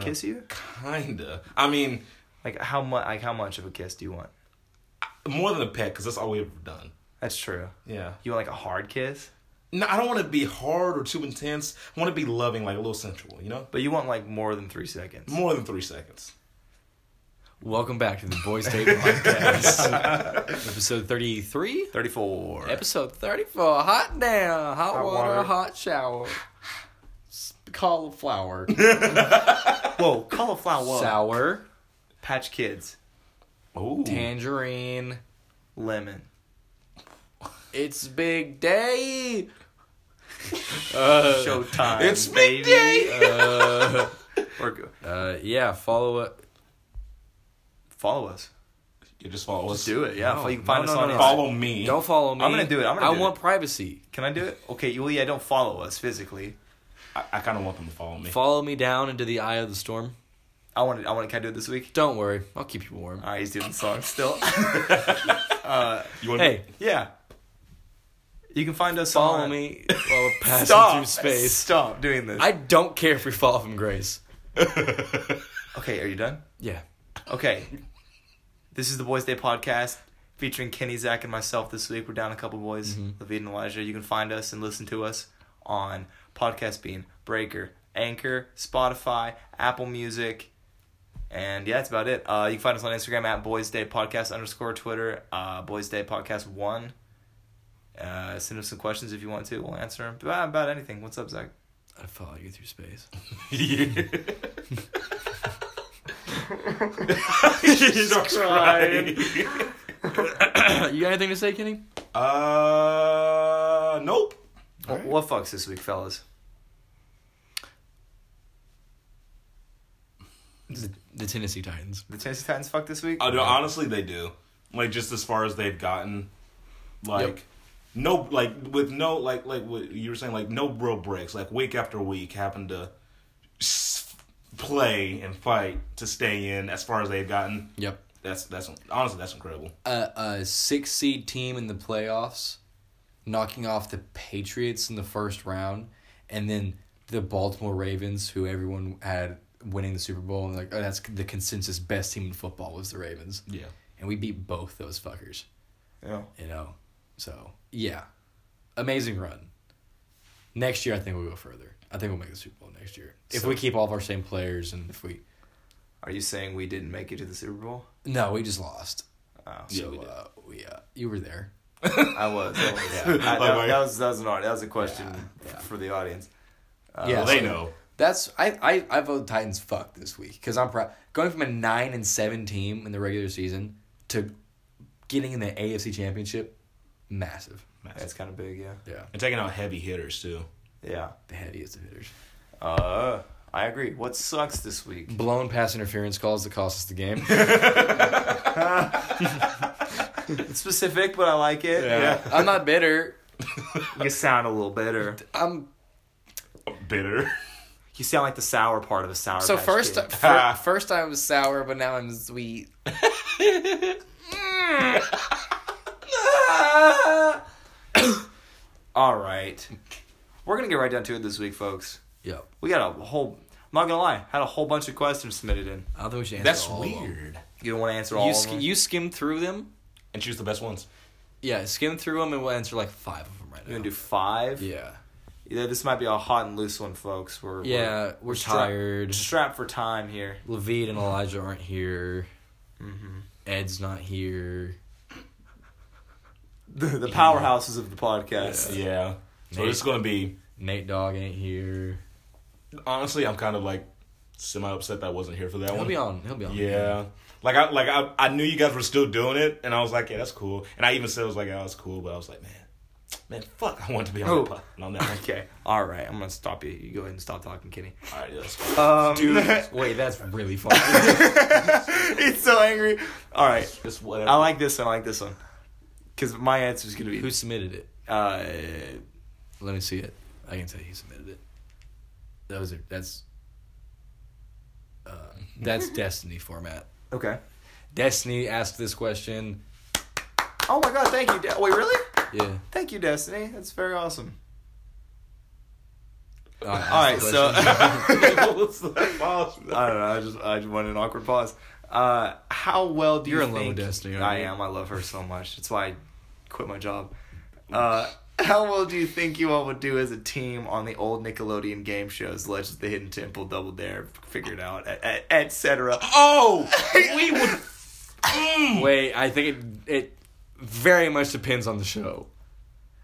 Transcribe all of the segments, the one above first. kiss you? Kinda. I mean, Like how much? Like how much of a kiss do you want? more than a peck, because that's all we've ever done. That's true. Yeah. You want like a hard kiss, No, I don't want to be hard or too intense. I want to be loving, like a little sensual, you know? but you want like more than three seconds. More than three seconds. Welcome back to the Boys Date Podcast, episode thirty-three, Thirty-four. episode thirty-four. Hot damn, hot, Hot water, water. hot shower, S- cauliflower, Whoa, cauliflower. sour, Patch Kids, Ooh. tangerine. lemon. It's big day. Uh, Showtime. It's baby. midday. uh, Or- uh, yeah, follow up. follow us. You just follow us. Let's do it. Yeah, No, you can find no, us no, on no. Instagram. Follow me. Don't follow me. I'm gonna do it, I'm gonna I do want it. privacy. Can I do it? Okay. Well, yeah. Don't follow us physically. I, I kind of want them to follow me. Follow me down into the eye of the storm. I want to. I want to. Can I do it this week? Don't worry, I'll keep you warm. All right, he's doing the song still. You wanna Hey, yeah. You can find us. follow on- me while we're passing Stop. through space. Stop doing this. I don't care if we fall from grace. okay, are you done? Yeah. Okay. This is the Boys Day podcast featuring Kenny, Zach, and myself this week. We're down a couple boys, Levitt and Elijah. You can find us and listen to us on Podcast Bean, Breaker, Anchor, Spotify, Apple Music. And yeah, that's about it. Uh, you can find us on Instagram at Boys Day Podcast underscore Twitter, uh, Boys Day Podcast 1. Uh, send us some questions if you want to. We'll answer them about, about anything. What's up, Zach? I follow you through space. Jesus crying. Christ. you got anything to say, Kenny? Uh, nope. What, what fucks this week, fellas? The, the Tennessee Titans. The Tennessee Titans fuck this week? I do, honestly, they do. Like just as far as they've gotten, like Yep. no, like with no, like like what you were saying, like no real breaks. Like week after week, having to s- play and fight to stay in. As far as they've gotten, Yep. that's that's honestly that's incredible. A, a six seed team in the playoffs, knocking off the Patriots in the first round, and then the Baltimore Ravens, who everyone had winning the Super Bowl, and like oh, that's the consensus best team in football was the Ravens, Yeah, and we beat both those fuckers. Yeah. You know, so yeah, amazing run. Next year, I think we'll go further. I think we'll make the Super Bowl next year if So- we keep all of our same players and if we Are you saying we didn't make it to the Super Bowl? no, we just lost. Oh, Yeah, So we did. uh, we uh, you were there. I was. I was. Yeah. I- that, Like, like- that was that was an art. That was a question Yeah, yeah. for the audience. yeah, well, they so know. That's I I I vote Titans fuck this week because I'm proud going from a nine and seven team in the regular season to getting in the AFC Championship, massive. That's kind of big. Yeah. Yeah, and taking out heavy hitters too. Yeah. the heaviest of hitters. Uh, I agree. What sucks this week? Blown pass interference calls that cost us the game. It's specific, but I like it. I'm not bitter. You sound a little bitter. I'm Bitter. You sound like the sour part of a sour. so Patch first. Kid. fir- first I was sour, but now I'm sweet. All right. We're gonna get right down to it this week, folks. Yep. We got a whole. I'm not gonna lie. Had a whole bunch of questions submitted in. I don't think we should answer That's all of them. weird. You don't want to answer all You of sk- them. you skim through them. And choose the best ones. Yeah, skim through them and we'll answer like five of them right You're now. gonna do five. yeah. Yeah, this might be a hot and loose one, folks. We're Yeah, we're, stra- tired. strapped for time here. Levine and Elijah aren't here. Mm-hmm. Ed's not here. The, the powerhouses of the podcast. Yeah. So Nate. it's gonna be Nate Dog ain't here. honestly, I'm kind of like semi upset that I wasn't here for that He'll one. be on. He'll be on. Yeah. Like I like I, I knew you guys were still doing it and I was like, yeah, that's cool. And I even said I was like, yeah, that's cool, but I was like, man, man, fuck, I want to be on Oh. the pod, on that one. Okay. All right. I'm gonna stop you. You go ahead and stop talking, Kenny. All right, yeah, that's cool. Um, Wait, that's really funny. he's so angry. All right. Just whatever. I like this one. I like this one. Cause my answer's gonna be Who submitted it? uh, Let me see it. I can tell you who submitted it. Those are that's uh, that's Destiny format. okay. Destiny asked this question. Oh my God! Thank you. De- Wait, really? Yeah. Thank you, Destiny. That's very awesome. Uh, All right, so What's that possible? I don't know. I just I just went in an awkward pause. Uh, how well do You're you in think? love with Destiny, aren't I you? am. I love her so much. That's why I quit my job. Uh, how well do you think you all would do as a team on the old Nickelodeon game shows, Legends of the Hidden Temple, Double Dare, Figure It Out, etc. Oh, we would. Mm. wait, I think it it very much depends on the show.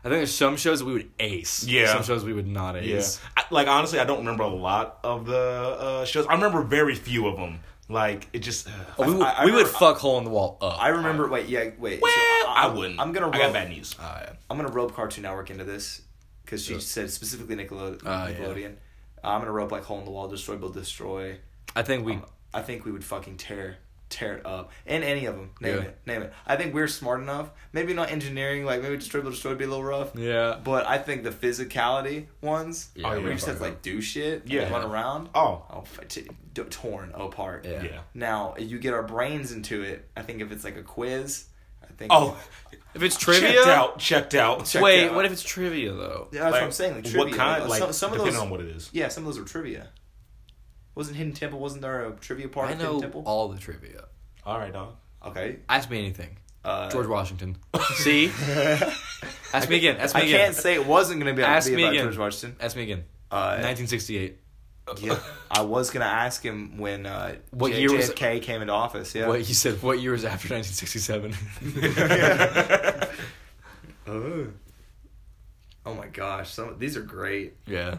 I think there's some shows that we would ace. Yeah. Some shows we would not Yeah. ace. I, like honestly, I don't remember a lot of the uh, shows. I remember very few of them. Like it just. uh, Oh, we would, I- I we would remember- fuck hole in the wall up. I remember. Wait, yeah, wait. so well, I, I'm- wouldn't. I'm gonna. I got rope- bad news. Uh, I'm gonna rope Cartoon Network into this because she said specifically Nickelode- Ah, yeah. Nickelodeon. I'm gonna rope like Hole in the Wall, Destroy, Build, Destroy. I think Uh, we. I think we would fucking tear tear it up. And any of them, name Yeah. it, name it. I think we're smart enough. Maybe not engineering, like maybe distribute destroy would be a little rough. yeah. But I think the physicality ones, Yeah, like, where Oh, yeah, you just have to fuck like do shit, and Yeah. run around. Oh. oh, f- t- d- torn apart. Yeah. Yeah. Now you get our brains into it. I think if it's like a quiz, I think. Oh, If it's checked trivia. out. Checked out. Checked Wait, out. what if it's trivia though? yeah, that's what I'm saying. Like trivia. What kind? Uh, Like some, some of depending those. on what it is. Yeah, some of those were trivia. Wasn't Hidden Temple? Wasn't there a trivia part I of Hidden know Temple? all the trivia. All right, dog. okay. Ask me anything. Uh, George Washington. See? Ask me again. Ask me I again. can't say it wasn't going to be, Ask be me about again. George Washington. Ask me again. Uh, 1968. yeah, I was going to ask him when uh, What J- year was it? JFK came into office. Yeah. What you said? What year was after 1967? Oh. Oh my gosh, some these are great. yeah.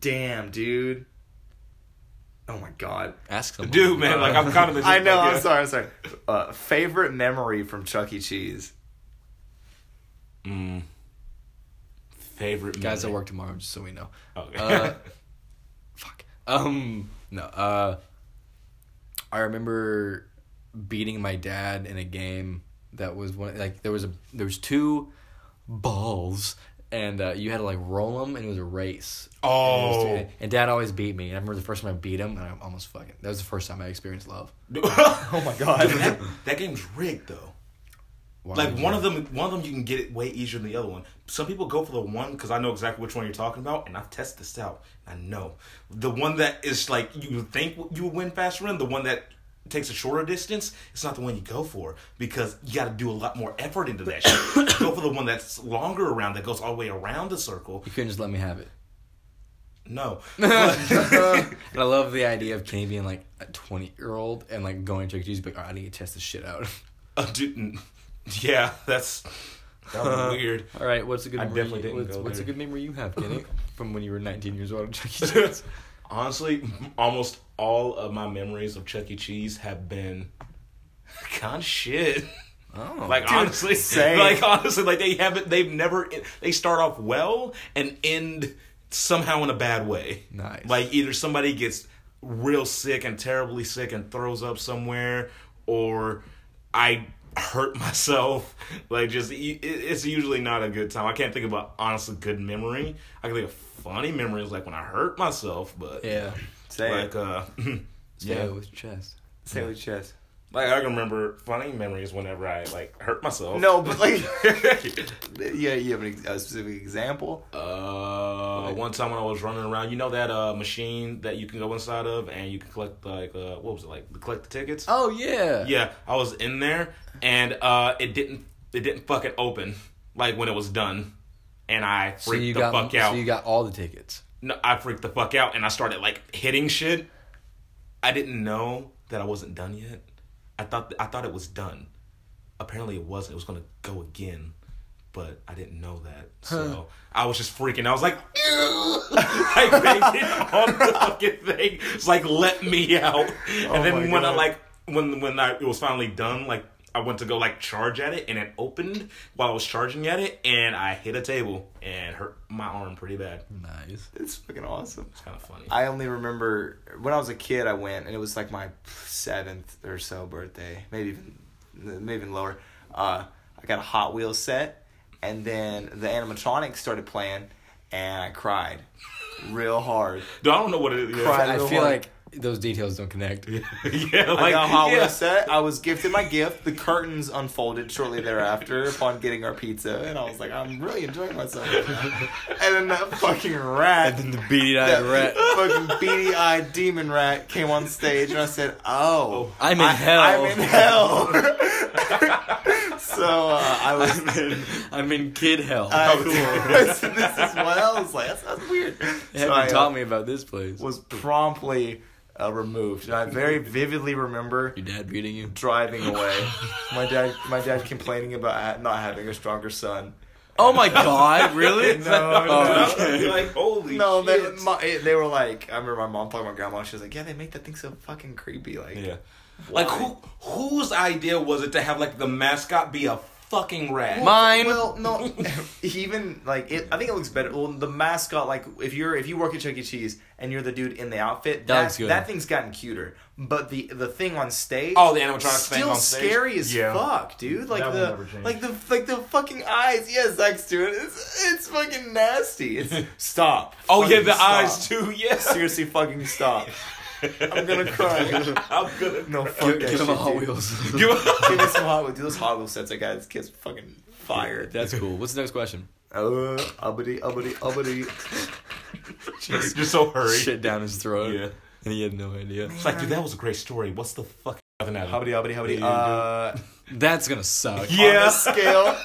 Damn, dude. Oh my god. Ask someone. Dude, man, like I'm kind of. I know. like, I'm yeah. sorry. I'm sorry. Uh, favorite memory from Chuck E. Cheese. Mm. Favorite guys memory. at work tomorrow, just so we know. Okay. Uh, fuck. Um. No. Uh. I remember beating my dad in a game that was one like there was a there was two balls and uh, you had to like roll them and it was a race. Oh. And, it was- and dad always beat me. And I remember the first time I beat him and I almost fucking. That was the first time I experienced love. oh my God. that, that game's rigged though. Why Like would one you- of them, one of them you can get it way easier than the other one. Some people go for the one because I know exactly which one you're talking about, and I've tested this out. I know the one that is like you think you would win faster in, the one that takes a shorter distance. It's not the one you go for because you got to do a lot more effort into that. shit. go for the one that's longer around that goes all the way around the circle. You couldn't just let me have it. Uh, No, And I love the idea of Kenny being like a 20 year old and like going to Chuck E. Cheese, but I need to test this shit out. Uh, dude, n- yeah, that's uh, that was weird. All right, what's a good I memory? definitely didn't what's, go what's a there. good memory you have, Kenny, from when you were 19 years old at Chuck E. Cheese? Honestly, almost all of my memories of Chuck E. Cheese have been kind of shit. Oh, Like honestly, same. like honestly, like they haven't. They've never. They start off well and end somehow in a bad way. Nice. Like either somebody gets real sick and terribly sick and throws up somewhere, or I hurt myself. Like just it- it's usually not a good time. I can't think of a honestly good memory. I can think of funny memories like when I hurt myself, but yeah. Say like it. uh Yeah, yeah with chest. Say it with chest. like i can remember funny memories whenever i like hurt myself No, but like, yeah, you have an, ex- a specific example. uh one time when i was running around you know that uh machine that you can go inside of and you can collect like uh what was it like collect the tickets Oh yeah. yeah i was in there and uh it didn't it didn't fucking open like when it was done and i freaked So you the got fuck out so you got all the tickets. no, I freaked the fuck out and I started like hitting shit. I didn't know that I wasn't done yet. I thought I thought it was done. Apparently it wasn't. It was gonna go again, but I didn't know that. So I was just freaking. I was like, like they hit on the fucking thing. It's like let me out. Oh and then my when I God. like when when I it was finally done, like I went to go like charge at it and it opened while I was charging at it and I hit a table and hurt my arm pretty bad. Nice. It's fucking awesome. It's kind of funny. I only remember when I was a kid. I went, and it was like my seventh or so birthday, maybe even maybe even lower. Uh, I got a Hot Wheels set, and then the animatronics started playing, and I cried real hard. Dude, I don't know what it is. Cried I real feel hard. like those details don't connect. yeah, like I got hot yeah. with set. I was gifted my gift. The curtains unfolded shortly thereafter upon getting our pizza, and I was like, I'm really enjoying myself. right now." and then that fucking rat, the beady-eyed that fucking beady-eyed demon rat, came on stage, and I said, "Oh, I'm in I- hell. I'm in hell." so uh, I was. I'm in kid hell. I, cool. this is what I was like. That sounds weird. you So haven't I, uh, taught me about this place. was promptly uh, removed. And I very vividly remember Your dad beating you? driving away. My dad, my dad complaining about ha- not having a stronger son. Oh my god, really? No, Oh, no. okay. You're like, holy No, they, shit. my, it- they were like, I remember my mom talking to my grandma. She was like, "Yeah, they make that thing so fucking creepy." Like, yeah. Like who whose idea was it to have like the mascot be a fucking rat? My- Mine. Well, no, even like it, I think it looks better. Well, the mascot, like if you're if you work at Chuck E. Cheese and you're the dude in the outfit, That that looks good. that thing's gotten cuter. But the the thing on stage, Oh, the animatronic still thing on stage? scary as Yeah. fuck, dude. Like That will never the change. like the like the fucking eyes. Yeah, Zach's doing it. It's it's fucking nasty. It's stop. oh yeah, Fucking the stop. eyes too. Yes. Seriously, fucking stop. I'm gonna cry. I'm gonna No, fuck Give, that give him a shit, Hot dude. Wheels. give Give me some Hot Wheels. Do those Hot Wheels sets I got. This kid's fucking fired. That's cool. What's the next question? Uh, ubbity, ubbity, ubbity. Just, You're so hurried. Shit down his throat. Yeah. And he had no idea. It's like, dude, that was a great story. What's the fuck? Nothing happened. Hubbity, hubbity, hubbity. Yeah, Uh, That's gonna suck. On Yeah. a scale.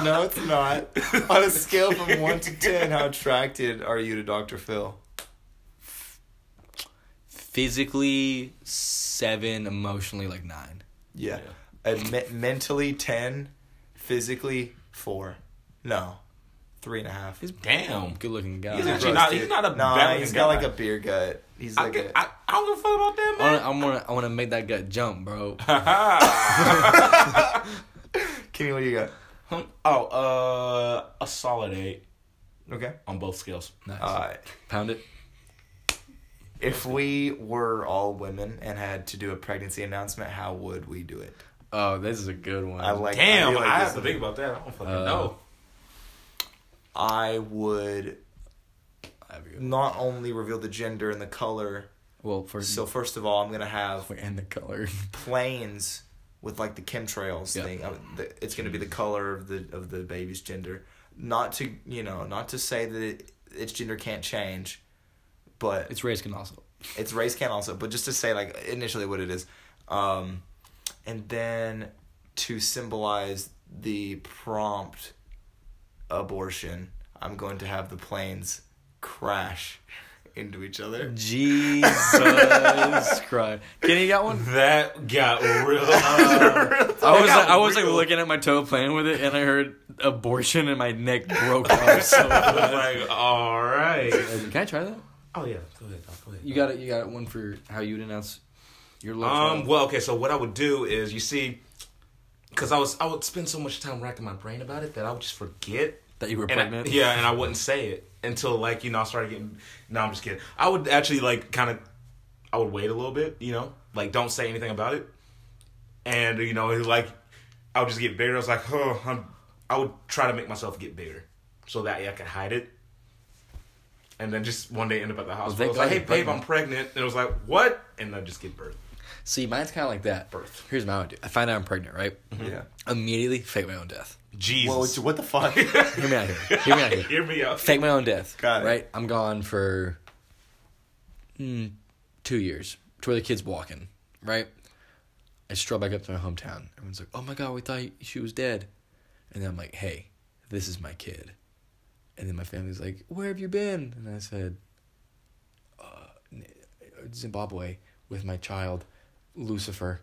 no, it's not. On a scale from 1 to 10, how attracted are you to Dr. Phil? Physically seven, emotionally like nine. Yeah. And me- mentally 10, physically 4. No, 3.5. He's Damn. good looking guy. He's actually not- he's not a Nah, bad he's got guy. like a beer gut. He's I, like can, a. I, I don't give a fuck about that, I man. wanna, I wanna, I wanna make that gut jump, bro. Uh, Kenny, what do you got? oh, uh, a solid eight Okay. on both scales. Nice. Alright. Pound it. Uh, If we were all women and had to do a pregnancy announcement, how would we do it? Oh, this is a good one. I like. Damn, feel I, like this have to is- think about that. I don't fucking Uh, know. I would I have a good one. not only reveal the gender and the color. Well, first So first of all, I'm gonna have and the color. planes with like the chemtrails Yeah. thing. I would- the- It's gonna be the color of the of the baby's gender. Not to you know, not to say that it, its gender can't change, but It's race can also. its race can also. But just to say like initially what it is, um, and then to symbolize the prompt abortion, I'm going to have the planes crash into each other. Jesus Christ. Kenny you got one? That got real. Uh, I was like, I was like looking at my toe playing with it, and I heard abortion, and my neck broke off. So I was like, all right. can I try that? Oh yeah, go ahead. Go ahead. You got it. You got one for how you'd announce your love. Um. child? Well, okay. So what I would do is, you see, because I was I would spend so much time racking my brain about it that I would just forget that you were And I- pregnant. yeah, and I wouldn't say it until like you know I started getting. No, I'm just kidding. I would actually like kind of. I would wait a little bit, you know, like don't say anything about it, and you know, like I would just get bigger. I was like, oh, I'm, I would try to make myself get bigger so that I could hide it, and then just one day end up at the hospital. I was God like, hey, you're babe, I'm pregnant, and it was like, what? And I just give birth. See, mine's kind of like that. Birth. Mm-hmm. Here's my idea. I find out I'm pregnant, right? Yeah. Immediately fake my own death. Jesus, Whoa, what the fuck? Hear me out here. Hear me out here. hear me out. Fake my own death. Got it. Right? I'm gone for mm, two years to where the kid's walking, right? I stroll back up to my hometown. Everyone's like, oh my God, we thought she was dead. And then I'm like, hey, this is my kid. And then my family's like, where have you been? And I said, uh, N- Zimbabwe with my child, Lucifer.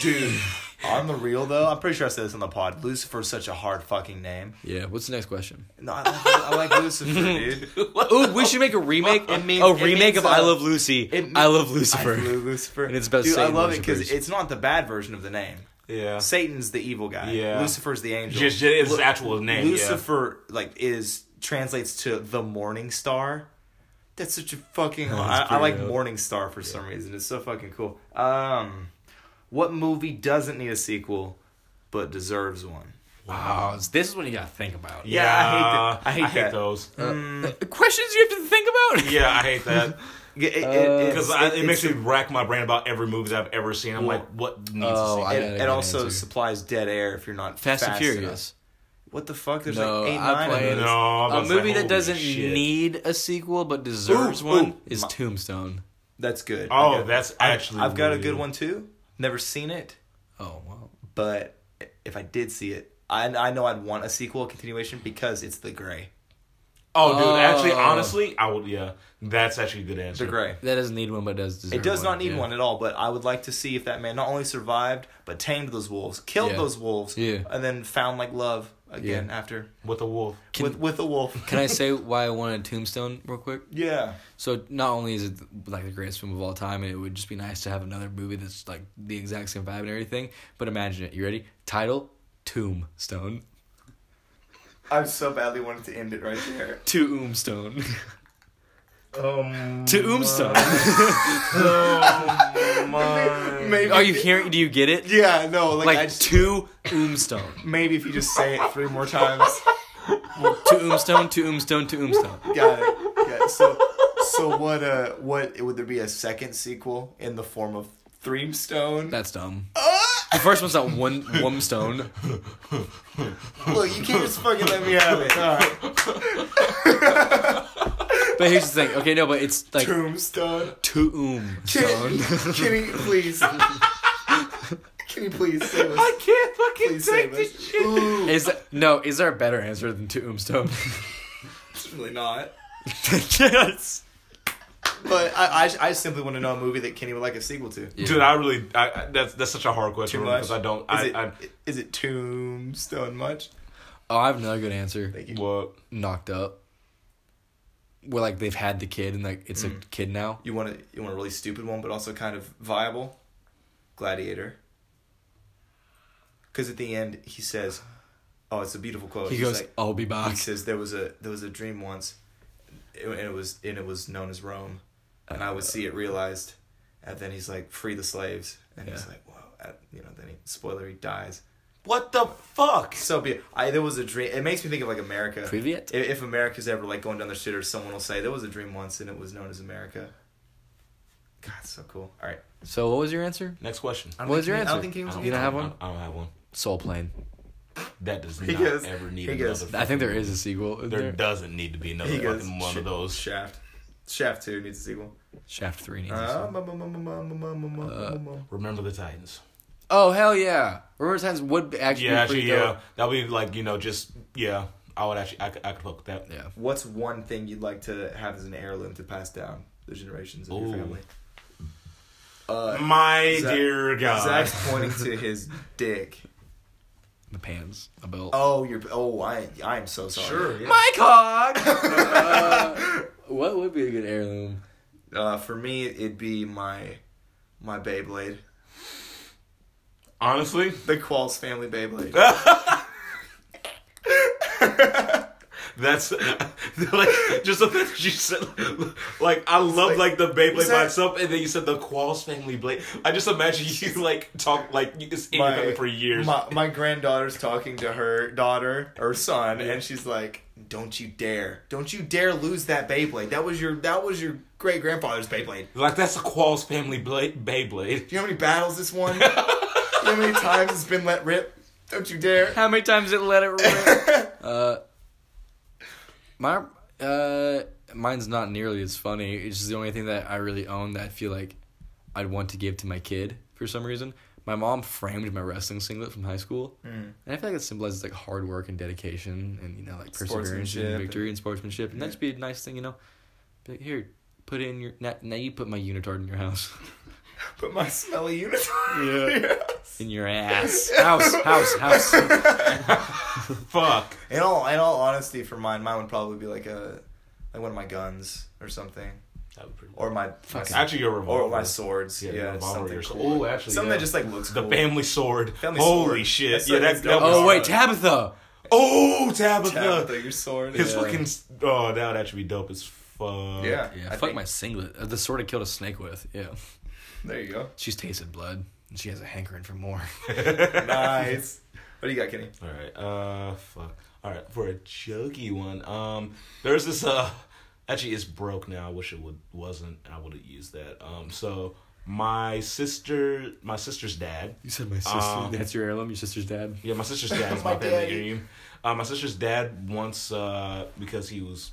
Dude, on the real though, I'm pretty sure I said this on the pod. Lucifer's such a hard fucking name. Yeah, what's the next question? No, I like, I like Lucifer, dude. Ooh, we should make a remake. It means- a it remake means, of I uh, Love Lucy. it means- I Love I Lucifer. love Lucifer. And it's about dude, I Satan love it because worshippers. it's not the bad version of the name. Yeah, Satan's the evil guy. Yeah. Lucifer's the angel. just, just it's his actual name. yeah. Lucifer like is translates to the morning star. That's such a fucking. I, I pretty like dope. Morning Star for some reason. It's so fucking cool. Um, what movie doesn't need a sequel, but deserves one? Wow, this is what you gotta think about. Yeah, I hate that. I hate that. those. Mm. Questions you have to think about. Yeah, I hate that. Yeah, It, it, Uh, it's- Because it, it's- makes me rack my brain about every movies I've ever seen. I'm Well- like, what needs Oh, to I see? It, gotta it get an also answer. supplies dead air if you're not Fast, and enough. Furious. What the fuck? There's No, like eight, I nine. of played- those. no, I A was movie like, that holy doesn't shit. need a sequel but deserves Ooh, one ooh. is My- Tombstone. That's good. Oh, I got- that's I- actually I've got a really- good one too. Never seen it, Oh wow. but if I did see it, I I know I'd want a sequel, a continuation because it's The Gray. Oh, dude, actually, Oh. honestly, I would. Yeah, that's actually a good answer. The Gray. That doesn't need one but does deserve It does one, not need yeah. one at all, but I would like to see if that man not only survived but tamed those wolves, killed Yeah. those wolves, Yeah. and then found like love again after with a wolf. with with a wolf. Can I say why I wanted Tombstone real quick? yeah, So not only is it like the greatest film of all time, and it would just be nice to have another movie that's like the exact same vibe and everything. But imagine it. You ready? Title: Tombstone. I so badly wanted to end it right there. Tombstone. Um, Tombstone. oh my. Maybe. Are you hearing? Do you get it? Yeah, no, like, I Like just, Tombstone. maybe if you just say it three more times. Tombstone. Tombstone. Tombstone. Got it. Got it. So, so what? Uh, what would there be a second sequel in the form of Threemstone? That's dumb. Uh! The first one's not one Wombstone. Look, you can't just fucking let me have it. All right. But here's the thing. Okay, no, but it's like Tombstone. Tombstone. Kenny, Kenny, please. Kenny, please save us. I can't fucking Please take save this us. shit. Ooh, Is no? Is there a better answer than Tombstone? it's really not. yes. But I, I, I simply want to know a movie that Kenny would like a sequel to. Is Dude, I really I, I- that's that's such a hard question Too much? because I don't. I, it, I is it Tombstone much? Oh, I have another good answer. Thank you. what? Knocked up. Where like they've had the kid and like it's Mm. a kid now. You want a, you want a really stupid one, but also kind of viable. Gladiator. Because at the end he says, "Oh, it's a beautiful quote." He He's goes, like- "I'll be he back." says there was a there was a dream once, and it was and it was known as Rome, and I would see it realized, and then he's like, "Free the slaves," and he's Yeah. like, "Whoa," and, you know. Then he spoiler he dies. What the fuck? So be I there was a dream. It makes me think of like America. Privet? If, if America's ever like going down the shitter, someone will say there was a dream once and it was known as America. God, so cool. All right. So what was your answer? Next question. I don't What was think your he- I answer? don't think he was You don't gonna- have one? I don't have one. Soul Plane. That does He not goes- ever need he goes- another. I think there fucking- is a sequel. Isn't There, there? doesn't need to be another He goes fucking one of "Shit, those. Shaft. Shaft two needs a sequel. Shaft Three needs. a Uh, sequel. ma- ma- ma- ma- ma- ma- ma- ma- ma- ma. Remember the Titans. oh hell yeah! Remember times would be- actually Yeah, be actually, pretty yeah. dope. That would be like you know just yeah. I would actually I could, I could fuck with that. Yeah. What's one thing you'd like to have as an heirloom to pass down the generations of Ooh. your family? Uh, My Zach- dear God. Zach's pointing to his dick. The pants, a belt. Oh, you're. Oh, I. I am so sorry. Sure. Yeah. My cock. Uh, what would be a good heirloom? Uh, for me, it'd be my my Beyblade, Honestly, the Qualls family Beyblade. that's like just the thing that you said. Like I love like, the Beyblade was by that- itself, and then you said the Qualls family blade. I just imagine you like talk like you- it's in your My- family for years. My my granddaughter's talking to her daughter or son, and she's like, "Don't you dare! Don't you dare lose that Beyblade. That was your that was your great grandfather's Beyblade. like that's the Qualls family blade, Beyblade. Do you know how many battles this won? you know how many times it's been let rip? Don't you dare!" How many times it let it rip? uh, my uh, mine's not nearly as funny. It's just the only thing that I really own that I feel like I'd want to give to my kid for some reason. My mom framed my wrestling singlet from high school, Mm. and I feel like it symbolizes like hard work and dedication, and you know like perseverance and Sportsmanship. victory and sportsmanship, and Yeah. that'd just be a nice thing, you know. Be like, here, put it in your now, now you put my unitard in your house, Put my smelly uniform. Yeah. in your ass, house, house, house. Fuck. In all in all honesty, for mine, mine would probably be like a like one of my guns or something, That would be pretty. or my, my Fuck. Actually, your revolver. or my swords. Yeah, Yeah, your revolver, something your sword. cool. Ooh, actually, something yeah. that just like looks the cool. family sword. Family Holy sword. shit! That's yeah, so- that, that's that dope. was. Oh wait, Tabitha. Oh Tabitha. Tabitha, your sword. His yeah. fucking s- oh, that would actually be dope as fuck. yeah. Yeah, I fuck think- my singlet. Uh, The sword I killed a snake with. Yeah, There you go. she's tasted blood. and She has a hankering for more. nice. What do you got, Kenny? All right. Uh, fuck. All right, for a jokey one. Um, there's this uh, Actually, it's broke now. I wish it would wasn't. I would have used that. Um, so my sister, my sister's dad. You said my sister. Um, That's your heirloom. Your sister's dad. Yeah, my sister's dad's My my family daddy. heirloom. Uh, my sister's dad once, uh, because he was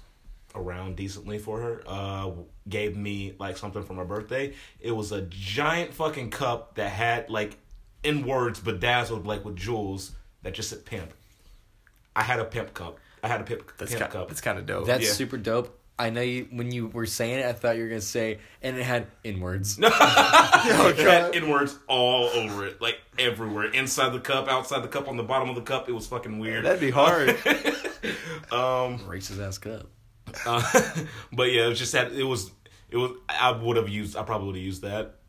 around decently for her, uh, gave me like something for my birthday. It was a giant fucking cup that had like, in words, bedazzled like with jewels that just said pimp. I had a pimp cup. I had a pimp, That's pimp kind. cup. That's kind of dope. That's Yeah. super dope. I know you when you were saying it, I thought you were gonna say, and it had inwards. It had inwards all over it, like everywhere, inside the cup, outside the cup, on the bottom of the cup. It was fucking weird. Um, That'd be hard. Racist ass cup. Uh, but yeah, it was just that it was it was I would have used I probably would have used that.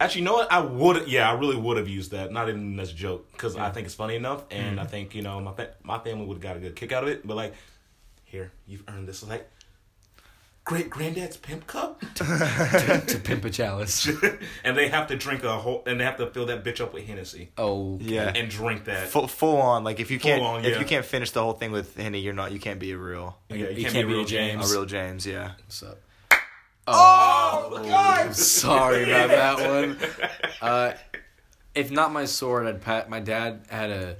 Actually, you know what? I would yeah, I really would have used that. Not even as a joke because I think it's funny enough, and I think you know my fa- my family would have got a good kick out of it. But like, here you've earned this. Like, great granddad's pimp cup, to pimp a chalice. and they have to drink a whole and they have to fill that bitch up with Hennessy Oh yeah. and drink that. full, full on. Like if you can't on, if yeah. you can't finish the whole thing with Henny, you're not. You can't be a real yeah, you, you can't, can't be a real be James. James. a real James. Yeah. What's up? Oh God! Sorry about that one. Uh, if not my sword, I'd pat. My dad had a.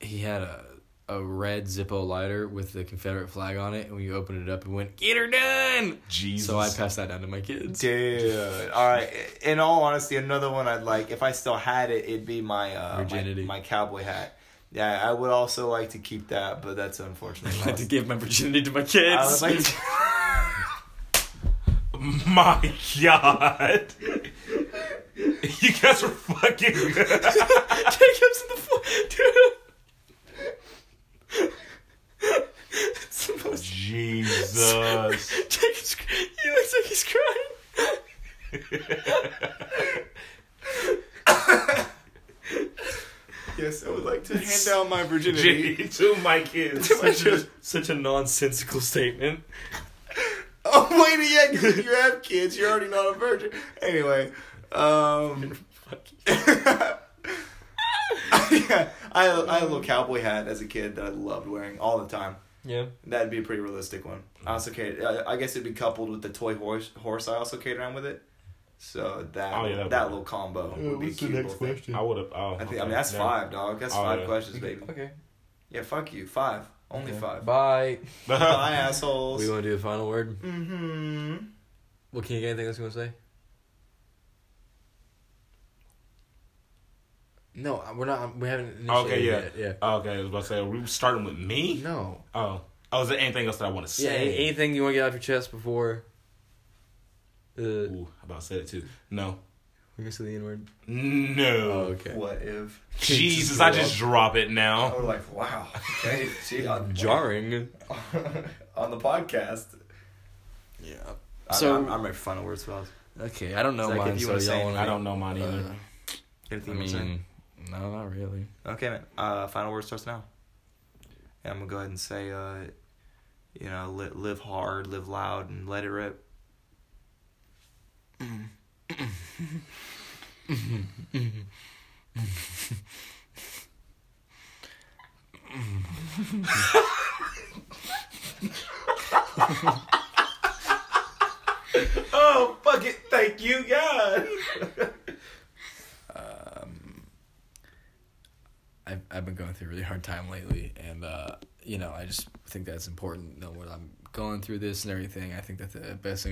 He had a a red Zippo lighter with the Confederate flag on it, and when you opened it up, it went "Get her done." Jesus. So I passed that down to my kids. Dude, all right. In all honesty, another one I'd like, if I still had it, it'd be my uh, my- Virginity. my, cowboy hat. Yeah, I would also like to keep that, but that's unfortunate. I had to give my virginity to my I would kids. like to- My God. You guys are fucking. Jacob's in the floor, dude. It's the most- Jesus. Jacob's, he looks like he's crying. yes, I would like to hand down my virginity. Gee, to my kids. Such a, such a nonsensical statement. oh wait, yeah, 'cause if you have kids, you're already not a virgin. Anyway, um, yeah, I I had a little cowboy hat as a kid that I loved wearing all the time. Yeah. That'd be a pretty realistic one. I also carried. I, I guess it'd be coupled with the toy horse. Horse I also carried around with it. So that Oh, yeah, that'd that be- little combo would be a cute. little thing. I would have. Oh, I think. I okay, mean, that's yeah. five, dog. That's Oh, five yeah. questions, baby. Okay. Yeah, fuck you. Five. Only five. Bye, Bye. assholes. We want to do the final word. hmm Well, can you get anything else you want to say? No, I- we're not. We haven't. Initiated Okay, yeah. Yet. Yeah. Okay, I was about to say, are we starting with me? No. Oh. Oh, is there anything else that I want to Yeah. say? any- Anything you want to get off your chest before? The Ooh, I about to say it too. No. we can say the N word. No. Oh, okay. What if? Jesus, I just drop it now. I was like, wow. Okay, gee, on, Jarring. on the podcast. Yeah. I- So- I'm, I'm ready for final words, Miles. Okay, I don't know Zach, if mine, you so wanna say y'all want I don't know mine either. Anything I you want to say? mean, no, not really. Okay, man. Uh, final word starts now. And I'm gonna go ahead and say, uh, you know, li- live hard, live loud, and let it rip. oh, fuck it. Thank you, God. I've I've been going through a really hard time lately, and uh, you know, I just think that's important. Know what I'm going through this and everything. I think that the best thing.